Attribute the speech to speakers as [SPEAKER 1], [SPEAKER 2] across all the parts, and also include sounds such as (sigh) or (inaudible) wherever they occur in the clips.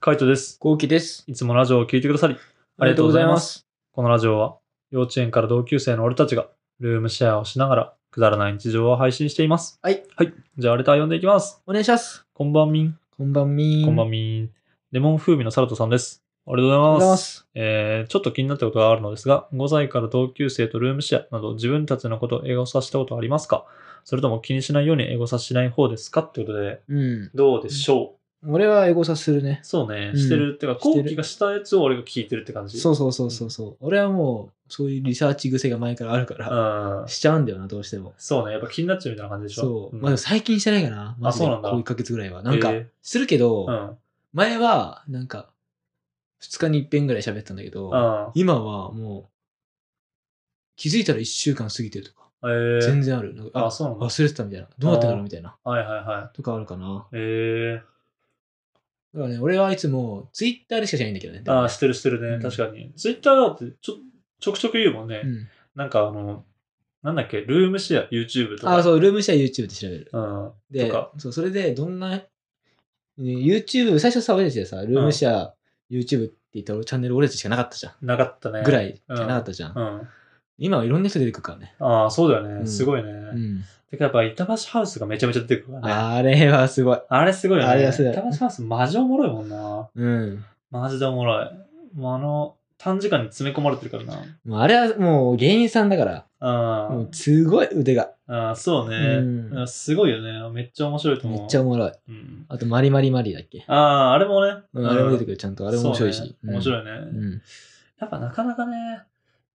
[SPEAKER 1] カイトです。
[SPEAKER 2] ゴーキです。
[SPEAKER 1] いつもラジオを聞いてくださり、ありがとうございます。このラジオは、幼稚園から同級生の俺たちが、ルームシェアをしながら、くだらない日常を配信しています。
[SPEAKER 2] はい。
[SPEAKER 1] はい。じゃあ、レター読んでいきます。
[SPEAKER 2] お願いします。
[SPEAKER 1] こんばんみん。
[SPEAKER 2] こんばんみ
[SPEAKER 1] こんばん
[SPEAKER 2] み。
[SPEAKER 1] みん。レモン風味のサルトさんです。ありがとう
[SPEAKER 2] おはよう
[SPEAKER 1] ござ
[SPEAKER 2] ござ
[SPEAKER 1] い
[SPEAKER 2] い
[SPEAKER 1] ま。
[SPEAKER 2] ますす。
[SPEAKER 1] えーちょっと気になったことがあるのですが、5歳から同級生とルームシェアなど自分たちのことを英語させたことはありますかそれとも気にしないように英語させしない方ですかってことで、
[SPEAKER 2] うん。
[SPEAKER 1] どうでしょ
[SPEAKER 2] 俺はエゴサするね
[SPEAKER 1] う。そうね、
[SPEAKER 2] うん
[SPEAKER 1] してるっていうか、
[SPEAKER 2] してる
[SPEAKER 1] 後期がしたやつを俺が聞いてるって感じ。
[SPEAKER 2] そうそうそうそうそう。俺はもう、そういうリサーチ癖が前からあるから、
[SPEAKER 1] うん。
[SPEAKER 2] しちゃうんだよな、どうしても。
[SPEAKER 1] そうね、やっぱ気になっちゃうみたいな感じでしょ
[SPEAKER 2] そう。
[SPEAKER 1] ん
[SPEAKER 2] まあでも最近してないかな。マジで
[SPEAKER 1] そうなんだ
[SPEAKER 2] こう1ヶ月ぐらいは。なんか
[SPEAKER 1] へえ、
[SPEAKER 2] するけ
[SPEAKER 1] う
[SPEAKER 2] ど、
[SPEAKER 1] ん。
[SPEAKER 2] 前は、なんか、2日に1遍ぐらい喋ったんだけど、
[SPEAKER 1] うん。
[SPEAKER 2] 今はもう、気づいたら1週間過ぎてるとか、
[SPEAKER 1] えー
[SPEAKER 2] 全然ある。なんか
[SPEAKER 1] あそうなんだ
[SPEAKER 2] 忘れてたみたいな。どうなってんだろうみたいな。
[SPEAKER 1] はいはいはい。
[SPEAKER 2] とかあるかな。
[SPEAKER 1] え
[SPEAKER 2] だからね、俺はいつも、ツイッターでしかしないんだけどね。
[SPEAKER 1] ー、あー、してるしてるね、
[SPEAKER 2] うん
[SPEAKER 1] 確かに。ツイッターだってちょちょくちょく言うもんね。
[SPEAKER 2] うん。
[SPEAKER 1] なんかあの、なんだっけ、ルームシェア、YouTube とか。
[SPEAKER 2] あ、そう、ルームシェア YouTube で調べる。
[SPEAKER 1] うん。
[SPEAKER 2] で
[SPEAKER 1] とか、
[SPEAKER 2] そう、それで、どんな、ね YouTube、最初さ、俺たちでさ、ルームシェア、YouTube って言ったらチャンネル俺たちしかなかったじゃん。
[SPEAKER 1] なかったね。
[SPEAKER 2] ぐら
[SPEAKER 1] い。
[SPEAKER 2] いしかなかったじゃん。
[SPEAKER 1] うん。
[SPEAKER 2] 今はいろんな人出てくるからね。
[SPEAKER 1] ああ、そうだよね。
[SPEAKER 2] うん
[SPEAKER 1] すごいね。
[SPEAKER 2] うん。
[SPEAKER 1] てかやっぱ、板橋ハウスがめちゃめちゃ出てくるからね。
[SPEAKER 2] あれはすごい。
[SPEAKER 1] あれすごいよね。
[SPEAKER 2] あれはすごい
[SPEAKER 1] 板橋ハウスマジおもろいもんな。
[SPEAKER 2] うん。
[SPEAKER 1] マジでおもろい。もうあの、短時間に詰め込まれてるから
[SPEAKER 2] もうあれはもう芸人さんだから、
[SPEAKER 1] な。う
[SPEAKER 2] も
[SPEAKER 1] ん
[SPEAKER 2] う。すごい腕が。
[SPEAKER 1] ああ、そうね、
[SPEAKER 2] うん
[SPEAKER 1] うんすごいよね。めっちゃ面白いと思う。
[SPEAKER 2] めっちゃおもろい。
[SPEAKER 1] うん、
[SPEAKER 2] あと、マリマリマリだっけ。
[SPEAKER 1] ああ、あれもね。
[SPEAKER 2] うん、あれも出てくる、ちゃんと。あれも面白い
[SPEAKER 1] そうね
[SPEAKER 2] し。
[SPEAKER 1] 面
[SPEAKER 2] い。
[SPEAKER 1] 白いね、
[SPEAKER 2] うん。
[SPEAKER 1] やっぱなかなかね、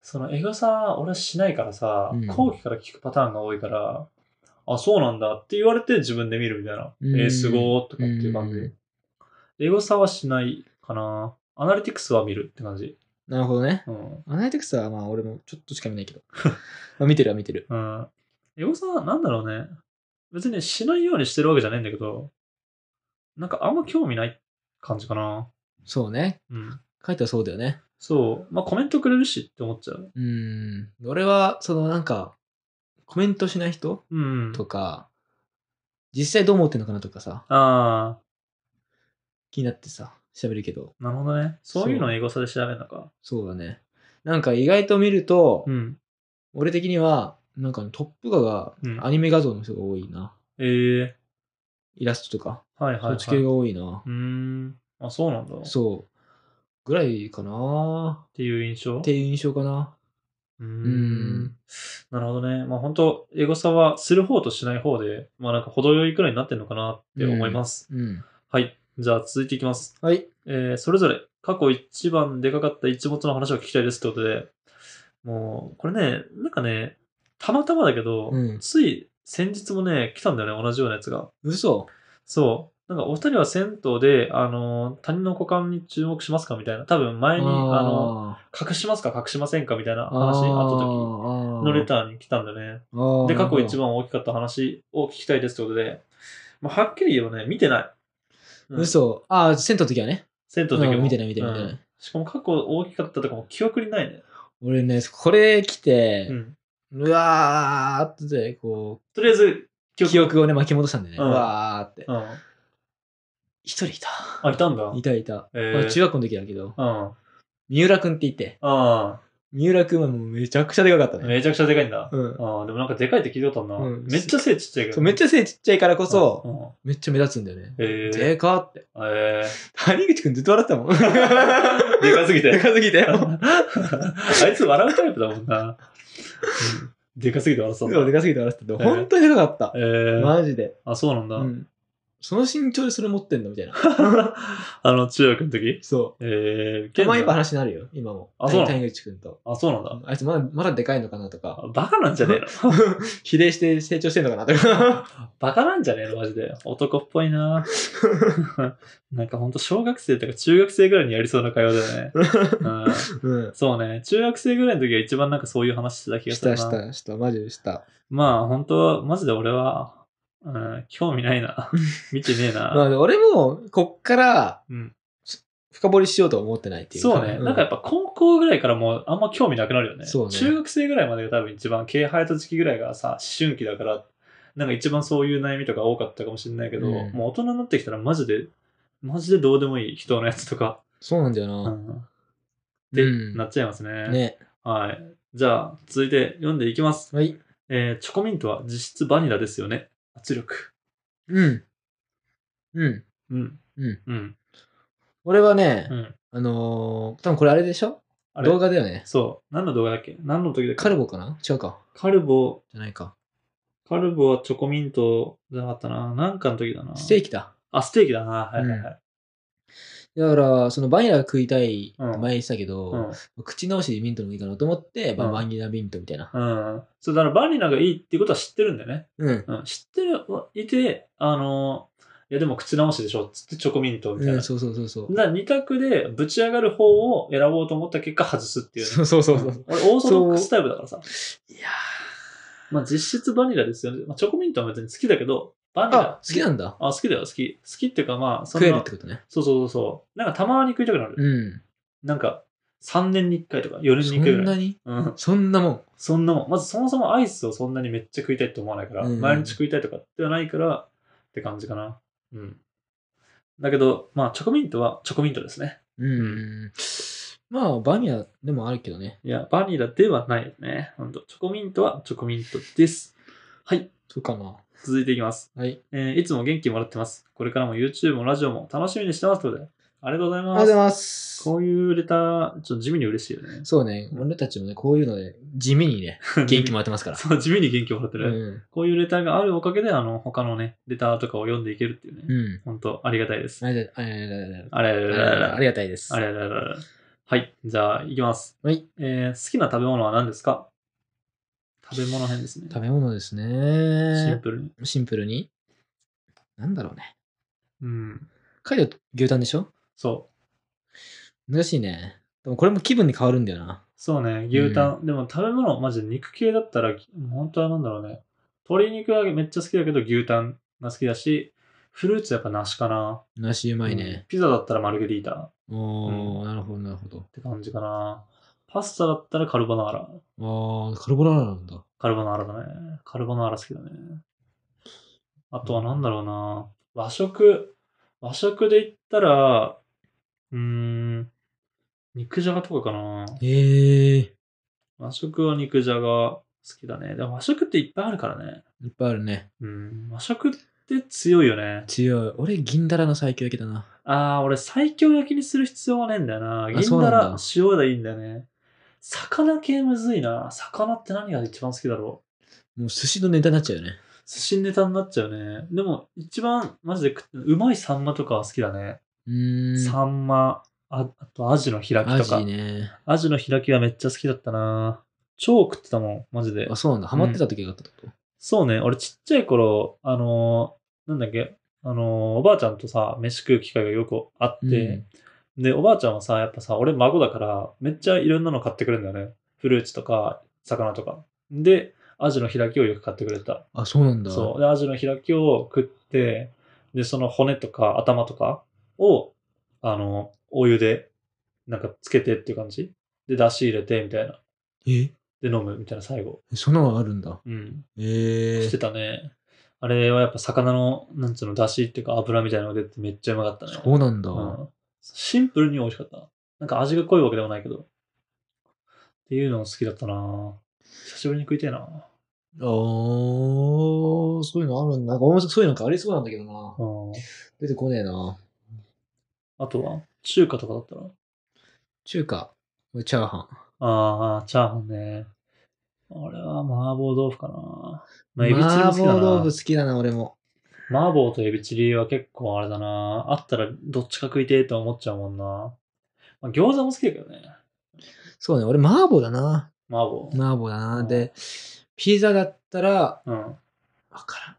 [SPEAKER 1] そのエゴさ、俺しないからさ、
[SPEAKER 2] うん
[SPEAKER 1] 後期から聞くパターンが多いから、あ、そうなんだって言われて自分で見るみたいな。
[SPEAKER 2] うん
[SPEAKER 1] えー、すごーとかっていう感じ。
[SPEAKER 2] うん
[SPEAKER 1] エゴさはしないかな。アナリティクスは見るって感じ。
[SPEAKER 2] なるほどね。
[SPEAKER 1] うん。
[SPEAKER 2] アナリティクスはまあ俺もちょっとしか見ないけど。 (laughs) まあ見てるは見てる。
[SPEAKER 1] うん。エゴさはなんだろうね。別にしないようにしてるわけじゃないんだけど、なんかあんま興味ない感じかな。
[SPEAKER 2] そうね。
[SPEAKER 1] うん。
[SPEAKER 2] 書いたらそうだよね。
[SPEAKER 1] そう。まあコメントくれるしって思っちゃう。
[SPEAKER 2] うん。俺は、そのなんか、コメントしない人
[SPEAKER 1] うん。
[SPEAKER 2] とか、実際どう思ってんのかなとかさ、
[SPEAKER 1] あ
[SPEAKER 2] 気になってさ、喋るけど、
[SPEAKER 1] あ、なるほどね。そういうの
[SPEAKER 2] そ
[SPEAKER 1] を
[SPEAKER 2] う
[SPEAKER 1] エゴさで調べるのか。
[SPEAKER 2] そうだね。なんか意外と見ると、
[SPEAKER 1] うん。
[SPEAKER 2] 俺的には、なんかトップ画が
[SPEAKER 1] うん
[SPEAKER 2] アニメ画像の人が多いな。
[SPEAKER 1] ええ
[SPEAKER 2] イラストとか、
[SPEAKER 1] はいはい、はい。
[SPEAKER 2] そっち系が多いな
[SPEAKER 1] う。ーん。あ、そうなんだ。っ
[SPEAKER 2] そう。ぐらいかな
[SPEAKER 1] ていう印象
[SPEAKER 2] っていう印象かな。
[SPEAKER 1] うー
[SPEAKER 2] うーん
[SPEAKER 1] ん。なるほどね。まあ本当エゴさはする方としない方で、まあなんか程よいくらいになってるのかなって思います。
[SPEAKER 2] うん。
[SPEAKER 1] はい。じゃあ続いていきます。
[SPEAKER 2] はい。
[SPEAKER 1] えーそれぞれ過去一番でかかった一物の話を聞きたいですってことで、もう、これね、なんかね、たまたまだけど、
[SPEAKER 2] うん
[SPEAKER 1] つい先日もね、来たんだよね、同じようなやつが。
[SPEAKER 2] 嘘
[SPEAKER 1] そう。なんかお二人は銭湯で、あのー、他人の股間に注目しますかみたいな。多分前に、あの、
[SPEAKER 2] ー
[SPEAKER 1] 隠しますか隠しませんかみたいな話あった時のレターに来たんだよね。
[SPEAKER 2] ー
[SPEAKER 1] で、過去一。
[SPEAKER 2] あー
[SPEAKER 1] 番大きかった話を聞きたいですってことで、まあ、はっきり言えばね、見てない。うん
[SPEAKER 2] 嘘。ああ、銭湯の時はね。
[SPEAKER 1] 銭湯の時も、
[SPEAKER 2] うん見てない見てない見てない
[SPEAKER 1] うんしかも過去大きかったとかも記憶にないね。
[SPEAKER 2] 俺ね、これ来て、
[SPEAKER 1] うん
[SPEAKER 2] うわーってで、こ
[SPEAKER 1] とりあえず、記
[SPEAKER 2] う、
[SPEAKER 1] 憶。
[SPEAKER 2] 記憶をね、巻き戻したんでね。
[SPEAKER 1] う
[SPEAKER 2] うんわーって
[SPEAKER 1] う。ん。
[SPEAKER 2] 一人いた。
[SPEAKER 1] あ、いたんだ。
[SPEAKER 2] いたいた。
[SPEAKER 1] えー
[SPEAKER 2] まあ中学校の時だけど、
[SPEAKER 1] うん。
[SPEAKER 2] 三浦くんって言って、
[SPEAKER 1] あ
[SPEAKER 2] 三浦くんはもうめちゃくちゃでかかった
[SPEAKER 1] あ、
[SPEAKER 2] ね。
[SPEAKER 1] めちゃくちゃでかいんだ。
[SPEAKER 2] う
[SPEAKER 1] あ
[SPEAKER 2] ん。
[SPEAKER 1] ーでもなんかでかいって聞いたことあるな。
[SPEAKER 2] うん
[SPEAKER 1] めっちゃ背ちっちゃいけど
[SPEAKER 2] そうめっちゃ背ちっちゃいからこそ、
[SPEAKER 1] そ
[SPEAKER 2] めっちゃ目立つんだよね。
[SPEAKER 1] うん。えー、
[SPEAKER 2] でかって。
[SPEAKER 1] え
[SPEAKER 2] 谷口くんずっと笑ってたもん。
[SPEAKER 1] ー、 (laughs) でかすぎ
[SPEAKER 2] で
[SPEAKER 1] て。 (laughs)
[SPEAKER 2] かすぎて。
[SPEAKER 1] あいつ笑うタイプだもんな。うんでかすぎて笑ってたんだ
[SPEAKER 2] そうでかすぎて笑ってた。
[SPEAKER 1] えー
[SPEAKER 2] 本当にでかかった
[SPEAKER 1] え。ー、
[SPEAKER 2] マジで。
[SPEAKER 1] あ、そうなんだ。
[SPEAKER 2] うん。その身長でそれ持ってんのみたいな。
[SPEAKER 1] (laughs) あの、中学の時
[SPEAKER 2] そう。
[SPEAKER 1] えー、
[SPEAKER 2] たま
[SPEAKER 1] 現
[SPEAKER 2] にやっぱ
[SPEAKER 1] 在
[SPEAKER 2] 話になるよ、今も。
[SPEAKER 1] あそうなの
[SPEAKER 2] 谷口くんと。
[SPEAKER 1] あ、そうなんだ。
[SPEAKER 2] あいつまだまだでかいのかなとか、
[SPEAKER 1] あバカなんじゃねえの
[SPEAKER 2] 比例して成長してんのかなと
[SPEAKER 1] (laughs)
[SPEAKER 2] か。
[SPEAKER 1] バカなんじゃねえのマジで。男っぽいな (laughs) なんかほんと小学生とか中学生ぐらいにやりそうな会話だよね。うん、
[SPEAKER 2] うん。
[SPEAKER 1] そうね。中学生ぐらいの時は一番なんかそういう話してた気が
[SPEAKER 2] し
[SPEAKER 1] するな。
[SPEAKER 2] たしたした、マジでした。
[SPEAKER 1] まあ本当マジで俺は、うん、興味ない
[SPEAKER 2] (laughs)
[SPEAKER 1] な。見てねえな。
[SPEAKER 2] まあ、俺も、こっから
[SPEAKER 1] うん、
[SPEAKER 2] 深掘りしようとは思ってないっていう
[SPEAKER 1] そうね、なんかやっ
[SPEAKER 2] ぱ、
[SPEAKER 1] ぱ高校ぐらいからもうあんま興味なくなるよね。
[SPEAKER 2] そうね
[SPEAKER 1] 中学生ぐらいまでが多分一番毛生えた時期ぐらいがさ、思春期だから、なんか一番そういう悩みとか多かったかもしれないけど、
[SPEAKER 2] うん
[SPEAKER 1] もう大人になってきたらマジでマジでどうでもいい人のやつとか、
[SPEAKER 2] そうなんだよ
[SPEAKER 1] う
[SPEAKER 2] な。
[SPEAKER 1] ん、って
[SPEAKER 2] うん
[SPEAKER 1] なっちゃいますね。
[SPEAKER 2] ね。
[SPEAKER 1] はい。じゃあ、続いて読んでいきます。
[SPEAKER 2] はい。
[SPEAKER 1] えーチョコミントは実質バニラですよね。圧力。
[SPEAKER 2] うん。うん。
[SPEAKER 1] うん。
[SPEAKER 2] うん。
[SPEAKER 1] うん。
[SPEAKER 2] 俺はね、
[SPEAKER 1] うん。
[SPEAKER 2] あのー、多分これあれでしょ
[SPEAKER 1] あれ
[SPEAKER 2] 動画だよね。
[SPEAKER 1] そう。何の動画だっけ何の時だっけ
[SPEAKER 2] カルボかな違うか。
[SPEAKER 1] カルボ、
[SPEAKER 2] じゃないか。
[SPEAKER 1] カルボはチョコミントじゃなかったな。なんかの時だな。
[SPEAKER 2] ステ
[SPEAKER 1] ーキ
[SPEAKER 2] ーキだ。
[SPEAKER 1] あ、ステーキだな。はいはいはい。
[SPEAKER 2] だから、そのバニラ食いたいって
[SPEAKER 1] うん
[SPEAKER 2] 前言ってたけど、
[SPEAKER 1] うん。
[SPEAKER 2] 口直しでミントの方がいいかなと思って、まあ
[SPEAKER 1] うん
[SPEAKER 2] バニラミントみたいな。
[SPEAKER 1] うん。そう、だからバニラがいいっていうことは知ってるんだよね。
[SPEAKER 2] うん。
[SPEAKER 1] うん。知ってる、いて、あの、いやでも口直しでしょっつってチョコミントみたいな。
[SPEAKER 2] うん、そうそうそうそう。
[SPEAKER 1] だから二択でぶち上がる方を選ぼうと思った結果外すっていうね。
[SPEAKER 2] そうそうそうそう。
[SPEAKER 1] 俺、オーソドックスタイプだからさ。
[SPEAKER 2] いや
[SPEAKER 1] まあ、実質バニラですよね。まあ、チョコミントは別に好きだけど、バニ
[SPEAKER 2] ーあ
[SPEAKER 1] ラ。、
[SPEAKER 2] 好きなんだ。
[SPEAKER 1] あ、好きだよ、好き。好きっていうか、まあ、そん
[SPEAKER 2] 食
[SPEAKER 1] な
[SPEAKER 2] えるってことね。
[SPEAKER 1] そうそうそうそう。なんかたまに食いたくなる。
[SPEAKER 2] うん。
[SPEAKER 1] なんか、3年に1回とか、4年
[SPEAKER 2] そ
[SPEAKER 1] に1回ぐ
[SPEAKER 2] ん
[SPEAKER 1] ら。
[SPEAKER 2] ないに
[SPEAKER 1] うん。
[SPEAKER 2] そんなもん。
[SPEAKER 1] そんなもん。まずそもそもアイスをそんなにめっちゃ食いたいって思わないから、
[SPEAKER 2] うん
[SPEAKER 1] 毎日食いたいとかではないから、って感じかな。うん。だけど、まあ、チョコミントはチョコミントですね。
[SPEAKER 2] うん。まあ、バニラでもあるけどね。
[SPEAKER 1] いや、バニラではないよね。ほんと。チョコミントはチョコミントです。はい。
[SPEAKER 2] そうかな。
[SPEAKER 1] 続いていきます。
[SPEAKER 2] はい。
[SPEAKER 1] えーいつも元気もらってます。これからも YouTube もラジオも楽しみにしてますということで。ありがとうござい
[SPEAKER 2] あり
[SPEAKER 1] ます。
[SPEAKER 2] がとうございます。
[SPEAKER 1] こういうレター、ちょっと地味に嬉しいよね。 (laughs)
[SPEAKER 2] そうね、俺たちもね、こういうので、地味に (laughs) ね、元気もらってますから。
[SPEAKER 1] そう、地味に元気もらって
[SPEAKER 2] う
[SPEAKER 1] る。
[SPEAKER 2] ん。
[SPEAKER 1] こういうレターがあるおかげで、あの、他のね、レターとかを読んでいけるっていうね。
[SPEAKER 2] うん。
[SPEAKER 1] 本当ありがたいです。
[SPEAKER 2] ありがたいありがたいありがたい
[SPEAKER 1] あれあれあれあれあ
[SPEAKER 2] あり
[SPEAKER 1] れ
[SPEAKER 2] がたいです。
[SPEAKER 1] あれあれあれあれはい、じゃあ、いきます。
[SPEAKER 2] はい。
[SPEAKER 1] えー好きな食べ物は何ですか食べ物編ですね。
[SPEAKER 2] 食べ物です
[SPEAKER 1] シン
[SPEAKER 2] ね。
[SPEAKER 1] プルに。
[SPEAKER 2] シンプルに。なんだろうね。
[SPEAKER 1] うん。
[SPEAKER 2] カイロ牛タンでしょ
[SPEAKER 1] そう。
[SPEAKER 2] 難しいね。でもこれも気分に変わるんだよな。
[SPEAKER 1] そうね、牛タン。でも食べ物、マジで肉系だったら、本当はなんだろうね。鶏肉はめっちゃ好きだけど、牛タンが好きだし、フルーツやっぱ梨かな。
[SPEAKER 2] 梨うまい
[SPEAKER 1] うん
[SPEAKER 2] ね。
[SPEAKER 1] ピザだったらマルゲリータっ
[SPEAKER 2] おー、なるほど、なるほど。
[SPEAKER 1] て感じかな。パスタだったらカルボナーラ。
[SPEAKER 2] あー、カルボナーラなんだ。
[SPEAKER 1] カルボナーラだね。カルボナーラ好きだね。あとはなんだろうな。和食。和食で言ったら、うーん、肉じゃがとかかな。
[SPEAKER 2] へえー。
[SPEAKER 1] 和食は肉じゃが好きだね。でも和食っていっぱいあるからね。
[SPEAKER 2] いっぱいあるね。
[SPEAKER 1] うん、和食って強いよね。
[SPEAKER 2] 強い。俺、銀だらの最強焼きだな。
[SPEAKER 1] ああ、俺最強焼きにする必要はねえんだよな。銀
[SPEAKER 2] そうな
[SPEAKER 1] だ
[SPEAKER 2] んだ
[SPEAKER 1] ら、塩でいいんだよね。魚系むずいな。魚って何が一番好きだろ
[SPEAKER 2] もう寿司のネタになっちゃうよね。
[SPEAKER 1] う。寿司ネタになっちゃうね。でも、一番、マジで食って、うまいサンマとかは好きだね。
[SPEAKER 2] うーん。
[SPEAKER 1] サンマ、ああとアジの開き
[SPEAKER 2] ア
[SPEAKER 1] とか。
[SPEAKER 2] ジね。
[SPEAKER 1] アジの開きはめっちゃ好きだったな。超食ってたもん、マジで
[SPEAKER 2] あ、。そうなんだ。ハマってた時があったってこと、
[SPEAKER 1] そうね、俺ちっちゃい頃、あのーなんだっけ、あのーおばあちゃんとさ、飯食う機会がよくあって、で、おばあちゃんはさ、やっぱさ、俺孫だから、めっちゃいろんなの買ってくれるんだよね。フルーツとか、魚とか。で、アジの開きをよく買ってくれた。
[SPEAKER 2] あ、そうなんだ。
[SPEAKER 1] そう。で、アジの開きを食って、で、その骨とか頭とかを、あの、お湯で、なんかつけてっていう感じ。で、出汁入れて、みたいな。
[SPEAKER 2] え
[SPEAKER 1] で、飲む、みたいな、最後。
[SPEAKER 2] そんなのあるんだ。
[SPEAKER 1] うん。
[SPEAKER 2] ええ
[SPEAKER 1] してたね。あれはやっぱ魚の、なんつうの、出汁っていうか油みたいなのが出てめっちゃうまかったね。
[SPEAKER 2] そうなんだ。
[SPEAKER 1] うんシンプルに美味しかった。なんか味が濃いわけでもないけど。っていうの好きだったな久しぶりに食いたいな
[SPEAKER 2] あー、そういうのあるんだ。なんか面白いそういうのがありそうなんだけどな。
[SPEAKER 1] うん
[SPEAKER 2] 出てこねえな。
[SPEAKER 1] あとは中華とかだったら
[SPEAKER 2] 中華。これチャーハン。
[SPEAKER 1] ああ、チャーハンね。あれは麻婆豆腐かなまあ、エビチリも
[SPEAKER 2] 麻
[SPEAKER 1] 好きだな
[SPEAKER 2] 婆豆腐好きだな、俺も。
[SPEAKER 1] 麻婆とエビチリは結構あれだなあったらどっちか食いてえと思っちゃうもんな。まあ、餃子も好きだけどね。
[SPEAKER 2] そうね、俺麻婆だな。
[SPEAKER 1] 麻婆。
[SPEAKER 2] 麻婆だな。
[SPEAKER 1] うん
[SPEAKER 2] で、ピザだったら、
[SPEAKER 1] うん。
[SPEAKER 2] わからん。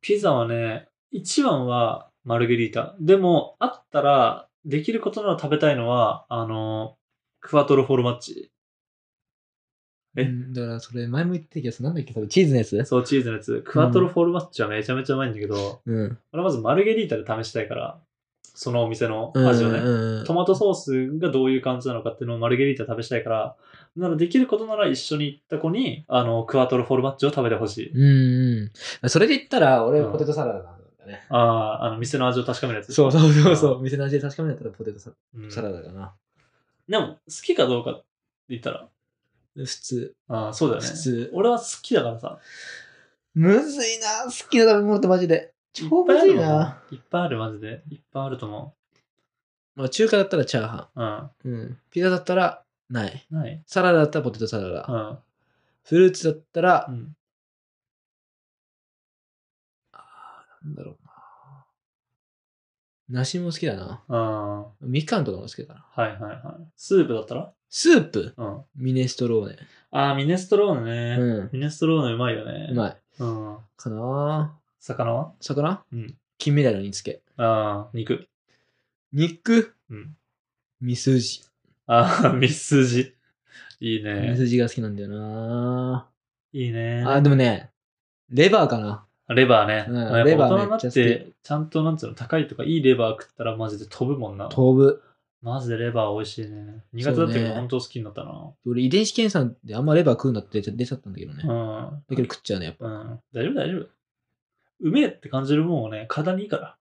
[SPEAKER 1] ピザはね、一番はマルゲリータ。でも、あったら、できることなら食べたいのは、あの、クワトロフォルマッチ。え
[SPEAKER 2] うんだから、それ前も言ってたけど、なんだっけ、それチーズのやつ
[SPEAKER 1] そう、チーズのやつ。クワトロフォルマッチはめちゃめちゃうまいんだけど、
[SPEAKER 2] うん。
[SPEAKER 1] 俺まずマルゲリータで試したいから、そのお店の
[SPEAKER 2] うん
[SPEAKER 1] 味をね。
[SPEAKER 2] うんうん
[SPEAKER 1] トマトソースがどういう感じなのかっていうのをマルゲリータで試したいから、ならできることなら一緒に行った子に、あの、クワトロフォルマッチを食べてほしい。
[SPEAKER 2] うんうん。それで言ったら、俺
[SPEAKER 1] うん
[SPEAKER 2] ポテトサラダなんだよね。だね。
[SPEAKER 1] ああ、あの、店の味を確かめるやつ。
[SPEAKER 2] そうそうそうそう。店の味で確かめるんだったらポテトサ
[SPEAKER 1] うん
[SPEAKER 2] サラダかな。
[SPEAKER 1] でも、好きかどうかって言ったら、
[SPEAKER 2] 普通。
[SPEAKER 1] ああ、そうだよね。
[SPEAKER 2] 普通。
[SPEAKER 1] 俺は好きだからさ。
[SPEAKER 2] むずいな。好きな食べ物ってマジで。超む
[SPEAKER 1] ぱ
[SPEAKER 2] ずい
[SPEAKER 1] あるもん
[SPEAKER 2] な。。
[SPEAKER 1] いっぱいある、マジで。いっぱいあると思
[SPEAKER 2] まあ中華だったらチャーハ
[SPEAKER 1] う。うん。
[SPEAKER 2] ン。うん。ピザだったらない。
[SPEAKER 1] ない
[SPEAKER 2] サラダだったらポテトサラダ。
[SPEAKER 1] うん。
[SPEAKER 2] フルーツだったら
[SPEAKER 1] う、ん。
[SPEAKER 2] なんだろうな。梨も好きだな。
[SPEAKER 1] ああ、は
[SPEAKER 2] みかんとかも好きだな。
[SPEAKER 1] いはいはい。スープだったら
[SPEAKER 2] スープ
[SPEAKER 1] うん。
[SPEAKER 2] ミネストローネ。
[SPEAKER 1] ああ、ミネストローネね。
[SPEAKER 2] うん。
[SPEAKER 1] ミネストローネうまいよね。
[SPEAKER 2] うまい。
[SPEAKER 1] うん。
[SPEAKER 2] かな
[SPEAKER 1] 魚は
[SPEAKER 2] 魚
[SPEAKER 1] うん。
[SPEAKER 2] 金メダルにつけ。
[SPEAKER 1] ああ、肉。
[SPEAKER 2] 肉
[SPEAKER 1] うん。
[SPEAKER 2] ミスジ。
[SPEAKER 1] ああ、 (laughs) ミスジ。いい
[SPEAKER 2] ミ
[SPEAKER 1] ね。
[SPEAKER 2] スジが好きなんだよな。
[SPEAKER 1] いいね。
[SPEAKER 2] あ、でもね、レバーかな。
[SPEAKER 1] レバーね。
[SPEAKER 2] うん
[SPEAKER 1] やっぱ
[SPEAKER 2] レバー
[SPEAKER 1] 大人になっ
[SPEAKER 2] めっちゃ
[SPEAKER 1] て、ちゃんと、なんつうの、高いとかいいレバー食ったらマジで飛ぶもんな。
[SPEAKER 2] 飛ぶ。
[SPEAKER 1] マジでレバー美味しいね。苦手だったけど、
[SPEAKER 2] そうね
[SPEAKER 1] 本当好きになったな。
[SPEAKER 2] 俺、遺伝子検査であんまレバー食うんだって出ちゃ出ちゃったんだけどね。
[SPEAKER 1] う
[SPEAKER 2] だ
[SPEAKER 1] ん。
[SPEAKER 2] けど食っちゃうね、やっぱ。
[SPEAKER 1] うん。大丈夫、大丈夫。うめえって感じるもんをね、体にいいか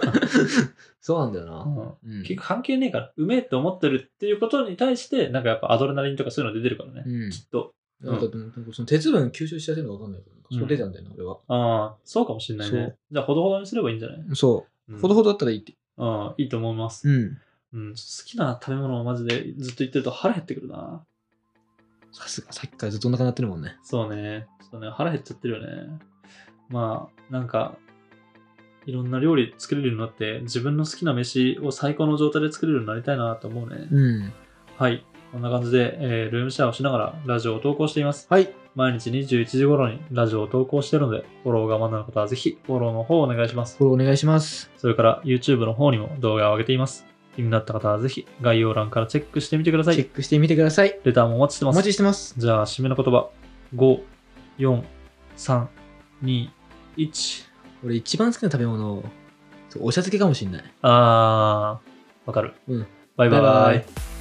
[SPEAKER 2] (laughs) そうなんだよ
[SPEAKER 1] ら。
[SPEAKER 2] な。
[SPEAKER 1] うん。
[SPEAKER 2] うん。
[SPEAKER 1] 結局関係ねえから、うめえって思ってるっていうことに対して、なんかやっぱアドレナリンとかそういうの出てるからね。
[SPEAKER 2] うん。
[SPEAKER 1] きっと。
[SPEAKER 2] なんかでも、なんかその鉄分吸収しちゃってるのかわかんないけど、そこ出たんだよな、俺は。
[SPEAKER 1] ああ、そうかもしれない
[SPEAKER 2] そ
[SPEAKER 1] ね
[SPEAKER 2] う。
[SPEAKER 1] じゃあ、ほどほどにすればいいんじゃない
[SPEAKER 2] そうう。
[SPEAKER 1] ん
[SPEAKER 2] ほどほどだったらいいって。
[SPEAKER 1] うん、いいと思います。
[SPEAKER 2] うん。
[SPEAKER 1] うん、ちょっと好きな食べ物をマジでずっと言ってると腹減ってくるな。
[SPEAKER 2] さすが、さっきからずっとお腹鳴ってるもんね。
[SPEAKER 1] そうね。ちょっとね、腹減っちゃってるよね。まあ、なんか、いろんな料理作れるようになって、自分の好きな飯を最高の状態で作れるようになりたいなと思うね。
[SPEAKER 2] うん。
[SPEAKER 1] はい。こんな感じで、えールームシェアをしながらラジオを投稿しています。
[SPEAKER 2] はい。
[SPEAKER 1] 毎日21時頃にラジオを投稿してるので、フォローがまだの方はぜひフォローの方をお願いします。
[SPEAKER 2] これお願いします。
[SPEAKER 1] それから YouTube の方にも動画を上げています。気になった方はぜひ概要欄からチェックしてみてくださ
[SPEAKER 2] チ
[SPEAKER 1] い
[SPEAKER 2] ェ。ックしてみてください。
[SPEAKER 1] レターもお待ちして
[SPEAKER 2] お
[SPEAKER 1] ます。
[SPEAKER 2] 待ちしてます。
[SPEAKER 1] じゃあ、締めの言葉。5、4、3、2、1。
[SPEAKER 2] 俺、一番好きな食べ物、そうお茶漬けかもしんない。
[SPEAKER 1] あー、わかる。
[SPEAKER 2] うん
[SPEAKER 1] バイバ
[SPEAKER 2] バイ
[SPEAKER 1] イ
[SPEAKER 2] バイ。